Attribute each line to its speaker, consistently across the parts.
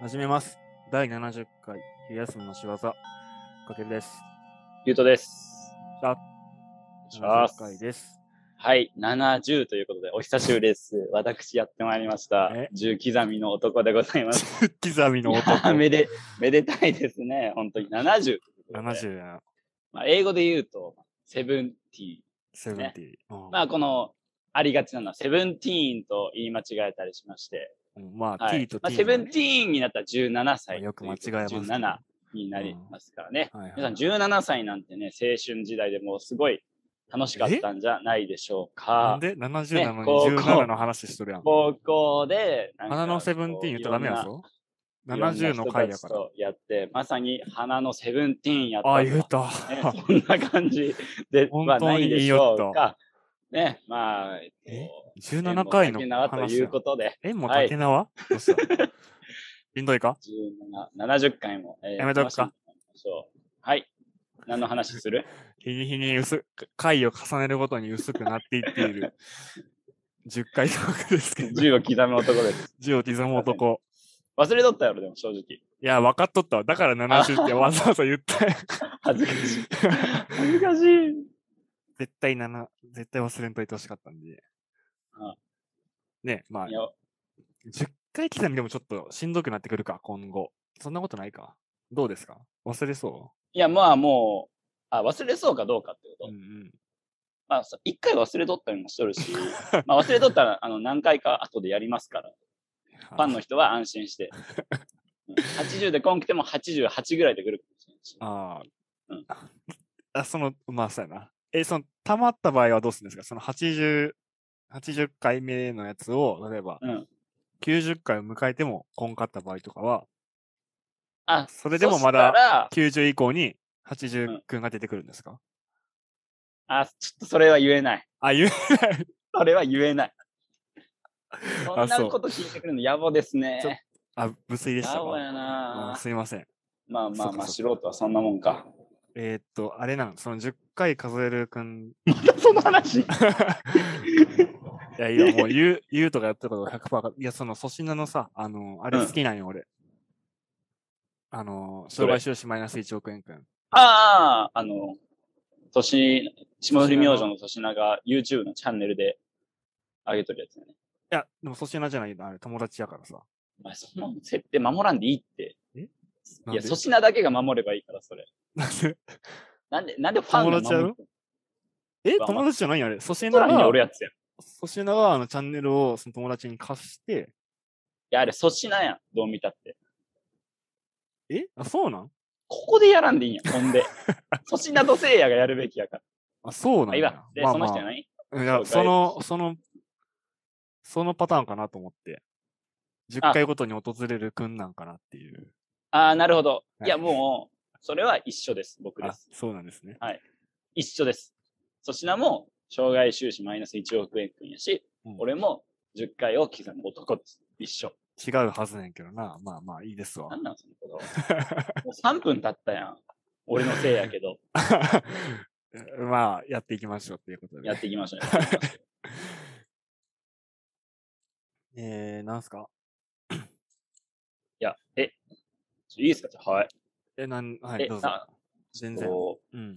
Speaker 1: 始めます。第70回、昼休みの仕業、かけるです。
Speaker 2: ゆうとです。
Speaker 1: さ
Speaker 2: し
Speaker 1: あ、
Speaker 2: ま
Speaker 1: 70
Speaker 2: す
Speaker 1: 回です。
Speaker 2: はい、70ということで、お久しぶりです。私やってまいりました
Speaker 1: え。
Speaker 2: 10刻みの男でございます。
Speaker 1: 刻みの男。
Speaker 2: めで、めでたいですね。本当に70ということで。
Speaker 1: 70やな、
Speaker 2: まあ、英語で言うと、セブンティー
Speaker 1: セブンティ
Speaker 2: まあ、この、ありがちなのは、セブンティーンと言い間違えたりしまして、
Speaker 1: うんまあ、
Speaker 2: は
Speaker 1: T
Speaker 2: い
Speaker 1: と T
Speaker 2: まあ、
Speaker 1: の
Speaker 2: セブンティーンになったら17
Speaker 1: まあ
Speaker 2: 歳。
Speaker 1: よく間違えます、ね。
Speaker 2: 17になりますからね。
Speaker 1: はいはい
Speaker 2: 皆さん17歳なんてね、青春時代でもうすごい楽しかったんじゃないでしょう
Speaker 1: なん
Speaker 2: か。
Speaker 1: で ?70 なのに
Speaker 2: ねこうこ
Speaker 1: 17
Speaker 2: う
Speaker 1: の話しとるやん。
Speaker 2: 高校で、なんか
Speaker 1: 花のセブンティーン言ったらダメやぞ。
Speaker 2: こう。いろんな
Speaker 1: 70の回やか
Speaker 2: い
Speaker 1: ら。
Speaker 2: ろんな人たちとやって、まさに花のセブンティーンやった
Speaker 1: あ
Speaker 2: んだ
Speaker 1: あ、言うた。
Speaker 2: ね、 そんな感じでは
Speaker 1: 本当
Speaker 2: な
Speaker 1: に
Speaker 2: いで
Speaker 1: 言い
Speaker 2: し
Speaker 1: よ
Speaker 2: ょ
Speaker 1: っ
Speaker 2: う
Speaker 1: た
Speaker 2: か。ね、まあ、えっと
Speaker 1: え17回の
Speaker 2: 縁も竹縄と
Speaker 1: 話
Speaker 2: いう
Speaker 1: やん。
Speaker 2: ことで、
Speaker 1: え、もう竹縄、どうした しんどいか
Speaker 2: 17 70回も、えー
Speaker 1: やめとくか
Speaker 2: 楽しんでまいりましょうはい。何の話する
Speaker 1: 日に日に薄く、回を重ねるごとに薄くなっていってい る10回トークですけど、
Speaker 2: 銃を刻む男です。
Speaker 1: 10を刻む男。
Speaker 2: 忘れとったやろ、でも正直。
Speaker 1: いや、分かっとったわ。だから70ってわざわざ言ったよ
Speaker 2: 恥 ずかしい。恥ずかしい。
Speaker 1: 絶対7、絶対忘れんといてほしかったんで
Speaker 2: あ。
Speaker 1: ねまあ
Speaker 2: い、や
Speaker 1: 10回刻みでもちょっとしんどくなってくるか、今後。そんなことないか。どうですか忘れそ
Speaker 2: いや、まあもう、あ、忘れそうかどうかってこ
Speaker 1: う
Speaker 2: と。
Speaker 1: うんうん。
Speaker 2: まあ、そ一回忘れとったりもしと るし、まあ忘れとったら、あの、何回か後でやりますから、ファンの人は安心して。うん80で今来ても88ぐらいで来るかもしれないし。
Speaker 1: ああ、
Speaker 2: うん
Speaker 1: あ、その、まあ、そうやな。え、その、たまった場合はどうするんですかその80、80回目のやつを、例えば、
Speaker 2: うん
Speaker 1: 90回を迎えても、こんかった場合とかは、
Speaker 2: あ、
Speaker 1: それでもまだ
Speaker 2: だら、
Speaker 1: 90以降に
Speaker 2: う
Speaker 1: 80
Speaker 2: ん
Speaker 1: くんが出てくるんですか、
Speaker 2: あ、ちょっとそれは言えない。
Speaker 1: あ、言う、
Speaker 2: それは言えない。そ
Speaker 1: あ
Speaker 2: んな
Speaker 1: そう
Speaker 2: こと聞いてくるの野暮です
Speaker 1: ちょ
Speaker 2: ね。
Speaker 1: あ、無粋でした
Speaker 2: 野
Speaker 1: か
Speaker 2: 暮や
Speaker 1: あ
Speaker 2: な
Speaker 1: すいません。
Speaker 2: まあま
Speaker 1: そ
Speaker 2: あ
Speaker 1: っ
Speaker 2: ま
Speaker 1: か
Speaker 2: あ、
Speaker 1: そ
Speaker 2: 素
Speaker 1: っか
Speaker 2: 人はそんなもんか。
Speaker 1: えーっと、あれなん、その10回数えるくん、い
Speaker 2: その話。
Speaker 1: や、 いや、もう、言う、言うとかやってること100%か、いや、その粗品のさ、あの、あれ
Speaker 2: うん
Speaker 1: 好きなんよ、俺。あの、
Speaker 2: それ
Speaker 1: 障害収支マイナス1億円くん。
Speaker 2: ああ、あの、年、霜降り明星の粗品が YouTube のチャンネルで上げとるやつだね。
Speaker 1: いや、でも粗品じゃないの、あれ友達やからさ。
Speaker 2: まあ、その設定守らんでいいって。
Speaker 1: えなん
Speaker 2: いや、
Speaker 1: で
Speaker 2: 粗品だけが守ればいいから、それ。
Speaker 1: なんで
Speaker 2: なんで、なんでファンが
Speaker 1: 友達やろ
Speaker 2: 守る
Speaker 1: え
Speaker 2: まあ
Speaker 1: 友達じゃないんあれ粗品
Speaker 2: 空におる
Speaker 1: は、
Speaker 2: やつやん。い
Speaker 1: 粗品はあのチャンネルをその友達に貸して、
Speaker 2: や、あれ粗品やん。どう見たって。
Speaker 1: えあ、そうなん
Speaker 2: ここでやらんでいいんや。ほんで。粗品と聖夜がやるべきやから。
Speaker 1: あ、そうなん
Speaker 2: あ、いい
Speaker 1: や
Speaker 2: わ。。で、
Speaker 1: まあ
Speaker 2: そ
Speaker 1: ま
Speaker 2: の
Speaker 1: あ
Speaker 2: 人じゃない
Speaker 1: いや、
Speaker 2: 紹介
Speaker 1: その、その、そのパターンかなと思って。10
Speaker 2: あ
Speaker 1: 回ごとに訪れるくんなんかなっていう。
Speaker 2: ああ、なるほど。
Speaker 1: はい
Speaker 2: いや、もう、それは一緒です。僕で
Speaker 1: あ
Speaker 2: す。、
Speaker 1: そうなんですね。
Speaker 2: 一緒です。粗品も、障害収支マイナス1億円くんやし、
Speaker 1: うん
Speaker 2: 俺も10回を刻む男です。一緒。
Speaker 1: 違うはずねんけどな。まあまあ、いいですわ
Speaker 2: な。んなんそのこと。もう3分経ったやん。俺のせいやけど、
Speaker 1: まあ、やっていきましょうっていうことで。
Speaker 2: やっていきましょう。やっていきましょう
Speaker 1: えー、なんすか
Speaker 2: いや、え、ちょいいですかじゃあはい。
Speaker 1: え、なん、は
Speaker 2: え
Speaker 1: い、どうぞ
Speaker 2: あ。
Speaker 1: 全然。
Speaker 2: こう
Speaker 1: うん。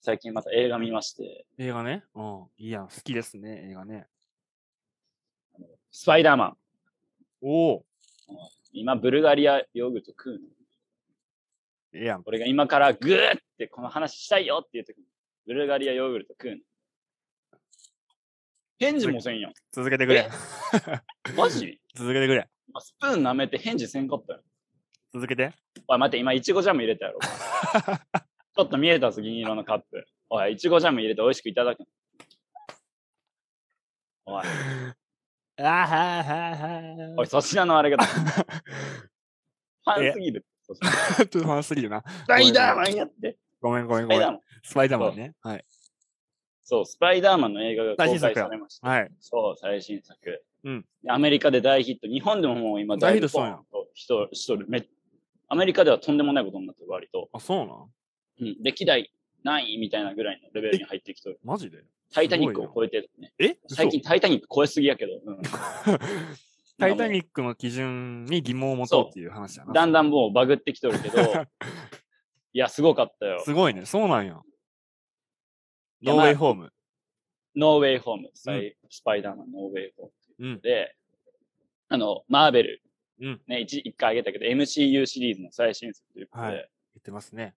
Speaker 2: 最近また映画見まして、
Speaker 1: 映画ね。うん。いいやん。好きですね、映画ね。
Speaker 2: スパイダーマン。
Speaker 1: おお
Speaker 2: 今、ブルガリアヨーグルト食うの。
Speaker 1: ええやん。
Speaker 2: 俺が今からグーってこの話したいよっていう時に、ブルガリアヨーグルト食うの。返事もせんやん。
Speaker 1: 続けてくれ
Speaker 2: え。マジ
Speaker 1: 続けてくれ。
Speaker 2: あスプーン舐めて返事せんかったよ。
Speaker 1: 続けて。
Speaker 2: おい、待って、今、いちごジャム入れたやろ。ち ょっと見えたぞ、銀色のカップ。おい、いちごジャム入れて美味しくいただくの。 おい、
Speaker 1: あははは
Speaker 2: おい、粗品のあれが。ファンすぎる。粗品
Speaker 1: ちょっと話すぎるな。
Speaker 2: スパイダーマンやって。
Speaker 1: ごめんごめん
Speaker 2: ス
Speaker 1: ごめ
Speaker 2: パイダー
Speaker 1: ん。
Speaker 2: マン。
Speaker 1: スパイダーマンね。はい。
Speaker 2: そう、スパイダーマンの映画が公開されました。
Speaker 1: はい。
Speaker 2: そう、最新作。
Speaker 1: うん
Speaker 2: アメリカで大ヒット。日本でももう今
Speaker 1: 大ヒット
Speaker 2: だいぶポンと人、人る。めアメリカではとんでもないことになってる、割と。
Speaker 1: あ、そうなん
Speaker 2: うん、歴代何位みたいなぐらいのレベルに入ってきてる。
Speaker 1: マジで
Speaker 2: タイタニックを超えてるね。
Speaker 1: え
Speaker 2: 最近。タイタニック超えすぎやけど。うん、
Speaker 1: 嘘 タイタニックの基準に疑問を持とうっていう話だ な。
Speaker 2: だんだんもうバグってきとるけど、 いや、すごかったよ。
Speaker 1: すごいね。そうなんや。
Speaker 2: いや
Speaker 1: ノーウェイ
Speaker 2: まあ
Speaker 1: ホーム。
Speaker 2: ノーウェイホーム、スパイスパイダーマン、ノーウェイホーム
Speaker 1: うん。
Speaker 2: で、あの、マーベル、
Speaker 1: うん
Speaker 2: ね、一一回あげたけど、MCU シリーズの最新作ということで、
Speaker 1: はい
Speaker 2: い、
Speaker 1: 言ってますね。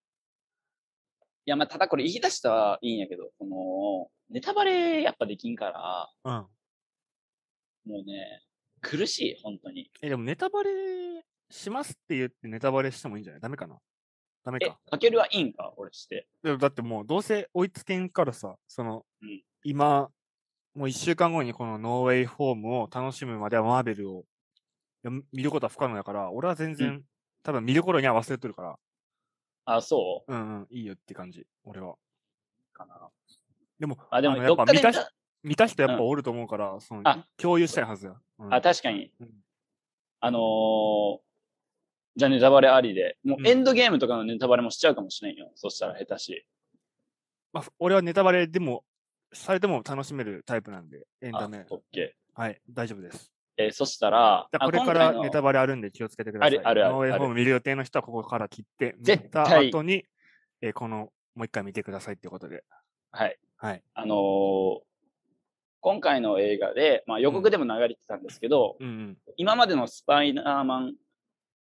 Speaker 2: や、まあ、ただこれ言い出したらいいんやけど、この、ネタバレやっぱできんから、
Speaker 1: うん。
Speaker 2: もうね、苦しい、本当に。
Speaker 1: え、でもネタバレしますって言ってネタバレしてもいいんじゃないダメかなダメ
Speaker 2: え
Speaker 1: か。、
Speaker 2: かけるはいいんか俺して。
Speaker 1: でもだってもうどうせ追いつけんからさ、その、
Speaker 2: うん
Speaker 1: 今、もう1週間後にこのノーウェイホームを楽しむまではマーベルをいや見ることは不可能だから、俺は全然、多分見る頃には忘れてるから、
Speaker 2: あ、そう
Speaker 1: うんうん、いいよって感じ、俺は。
Speaker 2: かな。
Speaker 1: でも、
Speaker 2: あ、でも、
Speaker 1: の
Speaker 2: どっかで
Speaker 1: やっぱ
Speaker 2: 見
Speaker 1: 見た
Speaker 2: た、
Speaker 1: 見た人やっぱ
Speaker 2: う
Speaker 1: おると思うから、その
Speaker 2: あ
Speaker 1: 共有したいはずや。うん
Speaker 2: あ、確かに
Speaker 1: うん。
Speaker 2: あのー、じゃあネタバレありで、
Speaker 1: う
Speaker 2: もうんエンドゲームとかのネタバレもしちゃうかもしれんよ。そしたら下手し。
Speaker 1: まあ、俺はネタバレでも、されても楽しめるタイプなんで、エン
Speaker 2: あ
Speaker 1: タメ、。
Speaker 2: オッケ
Speaker 1: はい、大丈夫です。
Speaker 2: ー。えーそしたら、
Speaker 1: じゃあこれ
Speaker 2: 今
Speaker 1: か
Speaker 2: 回
Speaker 1: ら
Speaker 2: の
Speaker 1: ネタバレあるんで気をつけてください。
Speaker 2: あるあるある
Speaker 1: ノーウェイ
Speaker 2: ある
Speaker 1: ホーム見る予定の人はここから切って、見
Speaker 2: 絶
Speaker 1: た
Speaker 2: 対
Speaker 1: 後に、えーこの、もう一回見てくださいっていうことで。
Speaker 2: はい。
Speaker 1: はい。
Speaker 2: あのー今回の映画で、まあ予告でも流れてたんですけど、
Speaker 1: うん
Speaker 2: 今までのスパイダーマン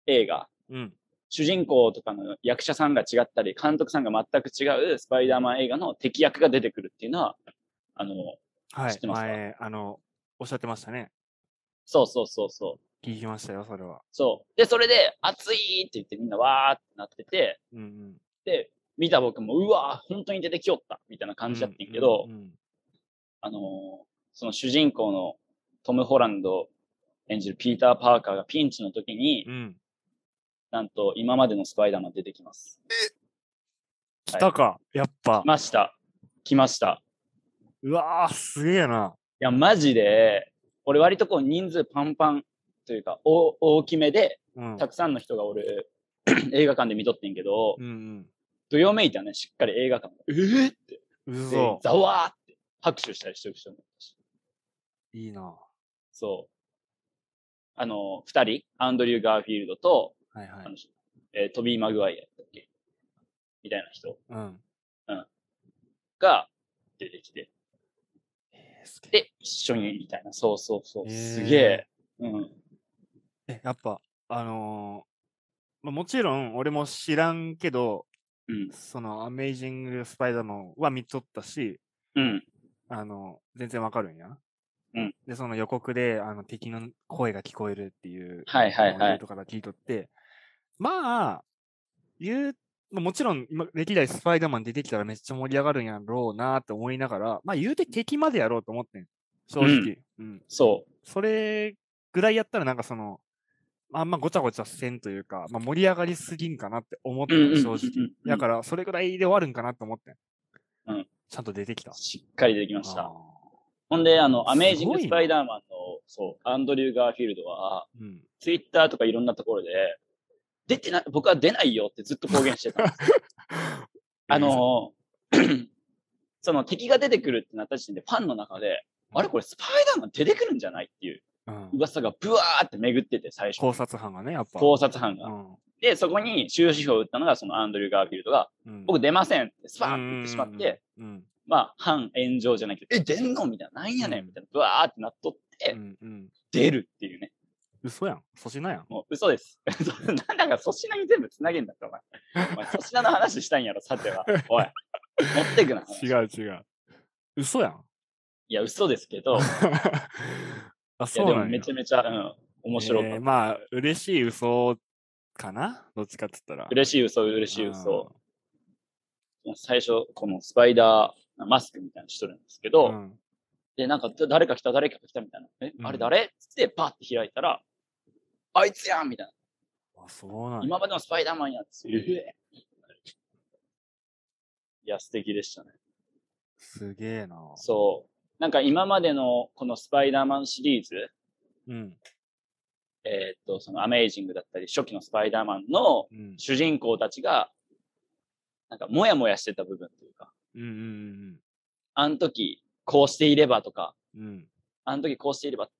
Speaker 2: 映画、
Speaker 1: うん。うん。
Speaker 2: 主人公とかの役者さんが違ったり、監督さんが全く違うスパイダーマン映画の敵役が出てくるっていうのは、あの、
Speaker 1: は
Speaker 2: 知っ
Speaker 1: い。
Speaker 2: てますか
Speaker 1: 前、あの、おっしゃってましたね。
Speaker 2: そうそうそうそう。
Speaker 1: 聞きましたよ、それは。
Speaker 2: そう。で、それで、熱いって言ってみんなわーってなってて、
Speaker 1: うんうん。
Speaker 2: で、見た僕も、うわー、本当に出てきよったみたいな感じだったんやけど、
Speaker 1: うんうんうん
Speaker 2: あのーその主人公のトム・ホランド演じるピーター・パーカーがピンチの時に、
Speaker 1: うん。
Speaker 2: なんと今までのスパイダーマン出てきます。
Speaker 1: 来たか、やっぱ
Speaker 2: 来。ました。来ました。
Speaker 1: うわー、すげえな。
Speaker 2: いや、マジで、俺割とこう人数パンパンというか、お大きめで、
Speaker 1: うん。
Speaker 2: たくさんの人が俺、 映画館で見とってんけど、
Speaker 1: うん
Speaker 2: どよめいたね、しっかり映画館が。えーって、
Speaker 1: うん。
Speaker 2: で
Speaker 1: 嘘。
Speaker 2: ざわーって拍手したりしてる人もいたし。
Speaker 1: いいな。
Speaker 2: そう。あの、二人、アンドリュー・ガーフィールドと、
Speaker 1: はいは
Speaker 2: あ
Speaker 1: い
Speaker 2: の。えートビー・マグワイアだっけみたいな人
Speaker 1: うん。
Speaker 2: が出てきて、
Speaker 1: えーすげえ
Speaker 2: で、一緒にみたいな。そうそうそう。
Speaker 1: へー
Speaker 2: すげえ。うん。
Speaker 1: え、やっぱ、あのーまあ、もちろん俺も知らんけど、
Speaker 2: うん。
Speaker 1: そのアメイジング・スパイダーマンは見とったし、
Speaker 2: うん。
Speaker 1: あの、全然わかるんや。
Speaker 2: うん
Speaker 1: で、その予告で、あの、敵の声が聞こえるっていう、
Speaker 2: はいはいはい
Speaker 1: とから聞いとって、まあ、言う、まあもちろん、今、歴代スパイダーマン出てきたらめっちゃ盛り上がるんやろうなって思いながら、まあ、言うて敵までやろうと思ってん。正直。うん。
Speaker 2: そう。
Speaker 1: それぐらいやったらなんかその、あんまごちゃごちゃせんというか、まあ、盛り上がりすぎんかなって思って
Speaker 2: うんうんうん
Speaker 1: る、
Speaker 2: うん
Speaker 1: 正直。だから、それぐらいで終わるんかなと思ってん。
Speaker 2: うん
Speaker 1: ちゃんと出てきた。
Speaker 2: しっかり出てきまし
Speaker 1: あ
Speaker 2: た
Speaker 1: ー。
Speaker 2: ほんで、あの、アメージング・
Speaker 1: すごい
Speaker 2: ス
Speaker 1: な
Speaker 2: パイダーマンの、そう、アンドリュー・ガーフィールドは、
Speaker 1: うん。
Speaker 2: ツイッターとかいろんなところで、出てない、僕は出ないよってずっと公言してたんですよ。あの、 その敵が出てくるってなった時点で、ファンの中で、あれこれスパイダーマン出てくるんじゃないっていう
Speaker 1: うん、
Speaker 2: 噂がブワーって巡ってて、最初。
Speaker 1: 考察班がね、やっぱ。
Speaker 2: 考察班が。
Speaker 1: うん
Speaker 2: で、そこに終止符を打ったのが、そのアンドリュー・ガーフィールドが、
Speaker 1: うん、
Speaker 2: 僕出ませんってスパーンって言ってしまって、
Speaker 1: うん、
Speaker 2: まあ、反炎上じゃないけど、え、出んのみたいな、なんやね
Speaker 1: うん
Speaker 2: んみたいな、ブワーってなっとって、
Speaker 1: うん、うん。
Speaker 2: 出るっていうね。
Speaker 1: 嘘やん。粗品やん。
Speaker 2: もう嘘です。 そうなんだか粗品に全部つなげんだって、お前。お前、粗品の話したいんやろ、さては。おい、持ってくな。
Speaker 1: 違う違う。嘘やん。
Speaker 2: いや、嘘ですけど、い
Speaker 1: あ、
Speaker 2: や、
Speaker 1: そう
Speaker 2: で
Speaker 1: な
Speaker 2: も
Speaker 1: んや
Speaker 2: めちゃめちゃ、うん、面白かっ
Speaker 1: えー
Speaker 2: た。
Speaker 1: まあ、嬉しい嘘かなどっちかって言ったら。
Speaker 2: 嬉しい嘘、嬉しい嘘。もう最初、このスパイダーマスクみたいなのしとるんですけ
Speaker 1: う
Speaker 2: ど、
Speaker 1: ん。うん
Speaker 2: で、なんか、だ誰か来た、誰か来たみたいな。え、
Speaker 1: うん
Speaker 2: あれ誰つって、パッて開いたら、あいつやんみたい
Speaker 1: あ、そうなん
Speaker 2: な。
Speaker 1: や
Speaker 2: 今までのスパイダーマンやっつって。ええいや、素敵でしたね。
Speaker 1: すげえな。
Speaker 2: そう。なんか今までのこのスパイダーマンシリーズ、
Speaker 1: うん。
Speaker 2: えーっと、そのアメイジングだったり、初期のスパイダーマンの
Speaker 1: うん。
Speaker 2: 主人公たちが、なんかモヤモヤしてた部分というか、
Speaker 1: うんうん
Speaker 2: あの時こうしていればとか、
Speaker 1: うんうん。うん。
Speaker 2: あの時こうしていれば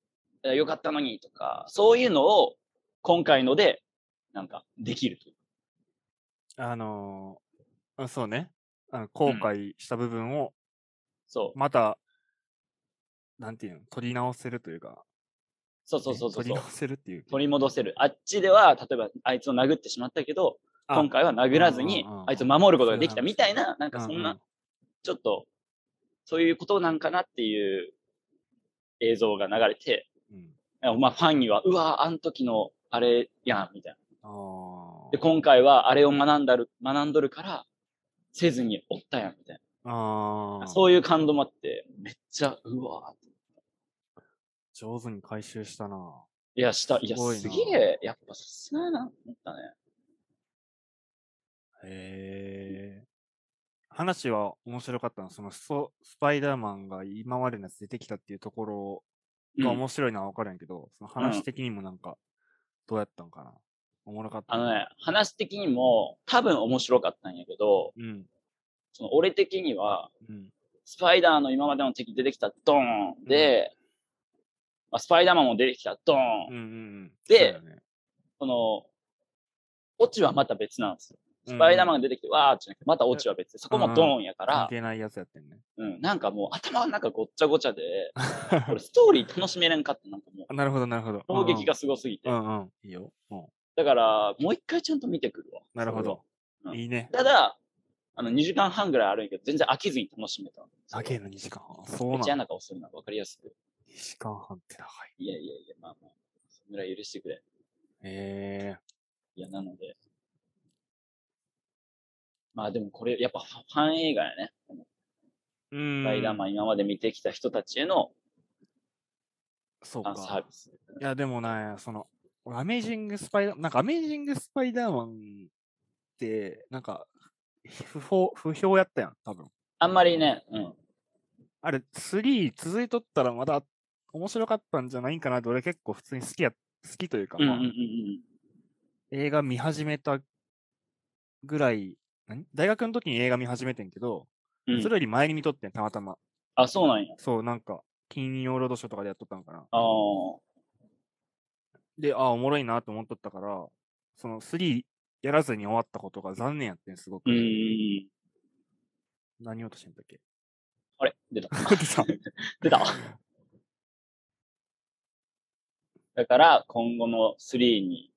Speaker 2: えーよかったのにとか、そういうのを今回ので、なんか、できるという。
Speaker 1: あのーあそうね。あの後悔した部分を
Speaker 2: そう。
Speaker 1: また、なんていうの、取り直せるというか、
Speaker 2: そうそうそうそう
Speaker 1: 取
Speaker 2: そ
Speaker 1: り
Speaker 2: う。
Speaker 1: 直せるっていう。
Speaker 2: 取り戻せる。あっちでは、例えば、あいつを殴ってしまったけど、
Speaker 1: あ
Speaker 2: 今回は殴らずに
Speaker 1: うんうんうんう、ん
Speaker 2: あいつを守ることができ
Speaker 1: そ
Speaker 2: た
Speaker 1: ういう話
Speaker 2: みたいな、なんかそんな、ちょっと、そういうことなんかなっていう映像が流れて、
Speaker 1: うんうんうん
Speaker 2: まあファンには、うわあの時のあれやん、みたいな。
Speaker 1: あ
Speaker 2: で、今回はあれを学んだる、学んどるから、せずにおったやん、みたい
Speaker 1: ーあ
Speaker 2: な。
Speaker 1: ー
Speaker 2: そういう感動もあって、めっちゃ、うわーって
Speaker 1: 上手に回収したな。
Speaker 2: いや、した、いや、
Speaker 1: すごいな
Speaker 2: すげえ、やっぱさすがやな、思ったね。
Speaker 1: へえ。話は面白かったの。そのストスパイダーマンが今までのやつ出てきたっていうところ
Speaker 2: うん
Speaker 1: が面白いのは分かるんやけど、その話的にもなんか、どうやったんかな。おもろかった。
Speaker 2: あの。ね、話的にも、多分面白かったんやけど、
Speaker 1: うん。
Speaker 2: その俺的には、
Speaker 1: うん。
Speaker 2: スパイダーの今までの敵出てきたドーンで、まあ、スパイダーマンも出てきたドーン、
Speaker 1: うんうんうん。そ
Speaker 2: で
Speaker 1: うだよね、
Speaker 2: この、オチはまた別なんですよ。スパイダーマンが出てきて、わーってなくて、またオチは別で、そこもドーンやか
Speaker 1: 関
Speaker 2: ら、
Speaker 1: 係ないやつやってんね。
Speaker 2: うん、なんかもう頭の中ごっちゃごちゃで、 俺ストーリー楽しめれんかった、なんかもう、
Speaker 1: なるほど、なるほど。
Speaker 2: 衝撃がすごすぎて
Speaker 1: う。んうん。いいよ。うん
Speaker 2: だから、もう一回ちゃんと見てくるわ。
Speaker 1: なるほど。
Speaker 2: うん
Speaker 1: いいね
Speaker 2: そ。れは。ただ、あの、2時間半ぐらいあるんやけど、全然飽きずに楽しめた。
Speaker 1: だけの2時間半。そう
Speaker 2: めっち
Speaker 1: な
Speaker 2: ゃ嫌
Speaker 1: の。
Speaker 2: な顔するな、わかりやすく。
Speaker 1: 2時間半って長い。
Speaker 2: いやいやいや、まあまあ、そんぐらい許してくれ。
Speaker 1: へえ。
Speaker 2: いや、なので。まあでもこれ、やっぱファン映画やね。
Speaker 1: うん。
Speaker 2: スパイダーマン今まで見てきた人たちへの
Speaker 1: そう
Speaker 2: あの
Speaker 1: か。
Speaker 2: サービス。
Speaker 1: いや、でもね、その、俺アメージングスパイダー、なんかアメージングスパイダーマンって、なんか、不評、不評やったやん、多分。
Speaker 2: あんまりね、うん。
Speaker 1: あれ、3続いとったらまだ面白かったんじゃないんかなって、俺結構普通に好きや、好きというか、
Speaker 2: うんうん
Speaker 1: まあ
Speaker 2: うんうん。
Speaker 1: 映画見始めたぐらい、何大学の時に映画見始めてんけど、
Speaker 2: うん
Speaker 1: それより前に見とってん、たまたま。
Speaker 2: あ、そうなんや。
Speaker 1: そう、なんか、金曜ロードショーとかでやっとったんかな。
Speaker 2: ああ。
Speaker 1: で、ああ、おもろいなと思っとったから、その3やらずに終わったことが残念やってん、すごく。
Speaker 2: うんうんうん。
Speaker 1: 何をとしてんだっけ
Speaker 2: あれ出た。
Speaker 1: 出 た
Speaker 2: 出た。だから、今後の3に、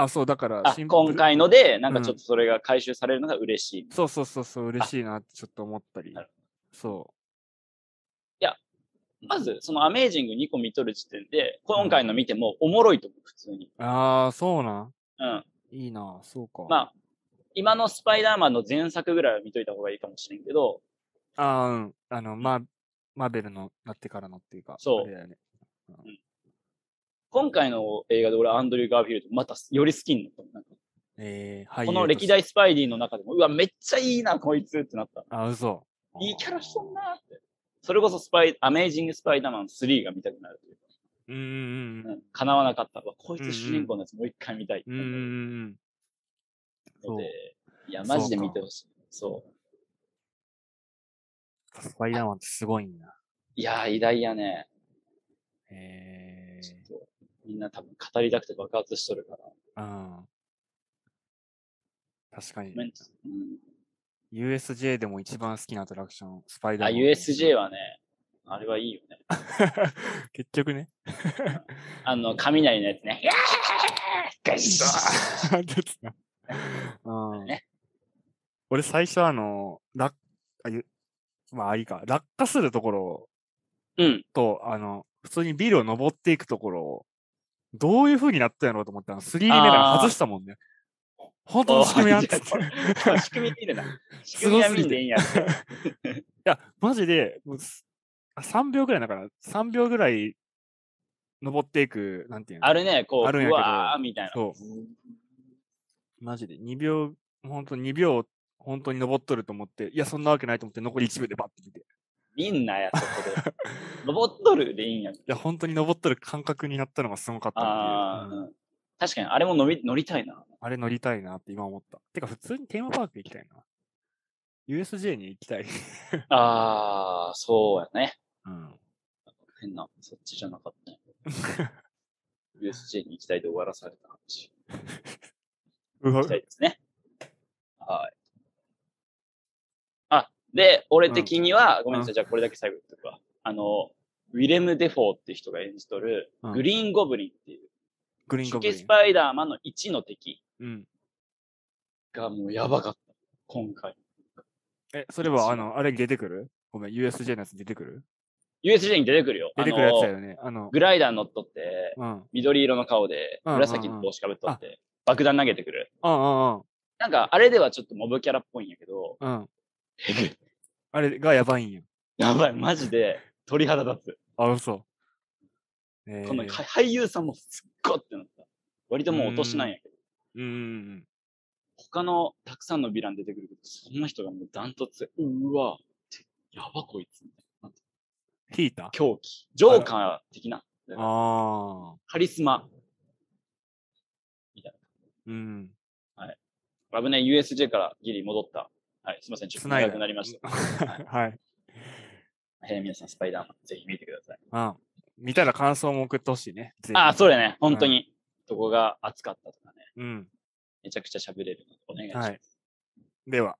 Speaker 1: あ、そう、だから、
Speaker 2: あ、
Speaker 1: シンプル
Speaker 2: 今。回ので、なんかちょっとそれが回収されるのが嬉しい。い
Speaker 1: そうそうそう、そう嬉しいなってちょっと思ったり
Speaker 2: なる。
Speaker 1: そ
Speaker 2: まず、そのアメージング2個見とる時点で、今回の見てもおもろいと思う、普通に。
Speaker 1: う。ああ、そうなん。
Speaker 2: うん。
Speaker 1: いいな、そうか。
Speaker 2: まあ、今のスパイダーマンの前作ぐらいは見といた方がいいかもしれんけど、
Speaker 1: あー、うん。あの、まあ、マーベルのなってからのっていうか、
Speaker 2: そう
Speaker 1: あれだよね。
Speaker 2: 今回の映画で俺アンドリュー・ガーフィールドまたより好きになったなんか
Speaker 1: えー、はい。
Speaker 2: この歴代。スパイディの中でも、うわ、めっちゃいいな、こいつってなった。
Speaker 1: あ、嘘。
Speaker 2: いいキャラしとんなって。それこそスパイ、アメージング・スパイダーマン3が見たくなるというか、
Speaker 1: うんうん
Speaker 2: うん、叶わなかった。うわこい
Speaker 1: うんう
Speaker 2: つ
Speaker 1: ん
Speaker 2: 主人公のやつもう一回見たいって
Speaker 1: うん。う
Speaker 2: なんる
Speaker 1: う
Speaker 2: ので、
Speaker 1: んうん。そう
Speaker 2: いや、マジで見てほしい。そう。
Speaker 1: スパイダーマンってすごいんだ。
Speaker 2: いやー、偉大やね。
Speaker 1: え
Speaker 2: ちょっと、みんな多分語りたくて爆発しとるから。
Speaker 1: ー、うん。確かに
Speaker 2: ご。めんうん、
Speaker 1: USJ でも一番好きなアトラクション、スパイダー
Speaker 2: あ、
Speaker 1: マン。
Speaker 2: USJ はね、あれはいいよね。
Speaker 1: 結局ね。
Speaker 2: あの、雷のやつね。いやーガシッ
Speaker 1: なんてやつ なうん
Speaker 2: ね
Speaker 1: 俺最初あの、落、あ、ゆまあいいか、落下するところ
Speaker 2: うん。
Speaker 1: と、あの、普通にビルを登っていくところを、どういう風になったんやろうと思ったら、3D メガネ外したもんね。本当の仕組みやんっつって
Speaker 2: おー
Speaker 1: い
Speaker 2: 仕組み見るな。仕組みは見んでいいんや って。
Speaker 1: や、マジで、もうすあ3秒ぐらいだから、3秒ぐらい登っていく、なんていうの
Speaker 2: あるね、こう、
Speaker 1: あるんや
Speaker 2: う
Speaker 1: けど
Speaker 2: わーみたいな。
Speaker 1: そうマジで2秒、本当に2秒、本当に登っとると思って、いや、そんなわけないと思って、残り1秒でバッて見て、い
Speaker 2: みんなや、そこ で。登っとるでいいんや。
Speaker 1: や、本当に登っとる感覚になったのがすごかった
Speaker 2: あ
Speaker 1: って
Speaker 2: ー、
Speaker 1: いうう。うん
Speaker 2: ん、確かに、あれも乗り乗りたいな。
Speaker 1: あれ乗りたいなって今思った。てか、普通にテーマパーク行きたいな。USJ に行きたい。
Speaker 2: あー、そうやね。
Speaker 1: うん。
Speaker 2: 変な、そっちじゃなかったね。 USJ に行きたいで終わらされた話。
Speaker 1: うわ
Speaker 2: 行きたいですね。はい。あ、で、俺的には、ごめんなさい、じゃあこれだけ最後とか。あの、ウィレム・デフォーって人が演じとる、
Speaker 1: うん
Speaker 2: グリーン・ゴブリンっていう、
Speaker 1: グリーン
Speaker 2: シ
Speaker 1: ゴ
Speaker 2: ュ
Speaker 1: ブ
Speaker 2: ケ
Speaker 1: リ
Speaker 2: ス
Speaker 1: ン。
Speaker 2: パイダーマンの1の敵
Speaker 1: うん。
Speaker 2: がもうやばかった。今回。
Speaker 1: え、それは、あの、あれに出てくるごめん、USJ のやつに出てくる
Speaker 2: USJ に出てくるよ。
Speaker 1: 出てくるやつだ
Speaker 2: あ
Speaker 1: よ
Speaker 2: の
Speaker 1: ね。あの、
Speaker 2: グライダー乗っとって、
Speaker 1: うん。うん
Speaker 2: 緑色の顔で、
Speaker 1: うん
Speaker 2: 紫の帽子かぶっとって、爆弾投げてくる。
Speaker 1: うんうん
Speaker 2: なんか、あれではちょっとモブキャラっぽいんや けど、
Speaker 1: うん。 あれがやばいんよ。
Speaker 2: やばい、マジで鳥肌立
Speaker 1: あ、嘘。え
Speaker 2: つ。
Speaker 1: ー
Speaker 2: このか俳優さんもすっごってなった。割ともう落としなんやけど、
Speaker 1: うんうん
Speaker 2: 他のたくさんのヴィラン出てくるけど、そんな人がもうダントツ、うわ、ってやばこいつみたいな。
Speaker 1: うん。ヒーター
Speaker 2: 狂気。ジョーカー的な、
Speaker 1: ああ。
Speaker 2: カリスマ。
Speaker 1: うん。
Speaker 2: 危ね、USJ からギリ戻った。はい、すいません、ちょっと
Speaker 1: 繋いだ
Speaker 2: 長くなりました。
Speaker 1: はい。
Speaker 2: えー皆さん、スパイダーマン、ぜひ見てください。
Speaker 1: うん。見たら感想も送ってほしいね。ぜひ
Speaker 2: ああ、そうだね。本当に。どこが熱かったとかね。
Speaker 1: うん。
Speaker 2: めちゃくちゃ喋れるのでお願いします。
Speaker 1: はい。では。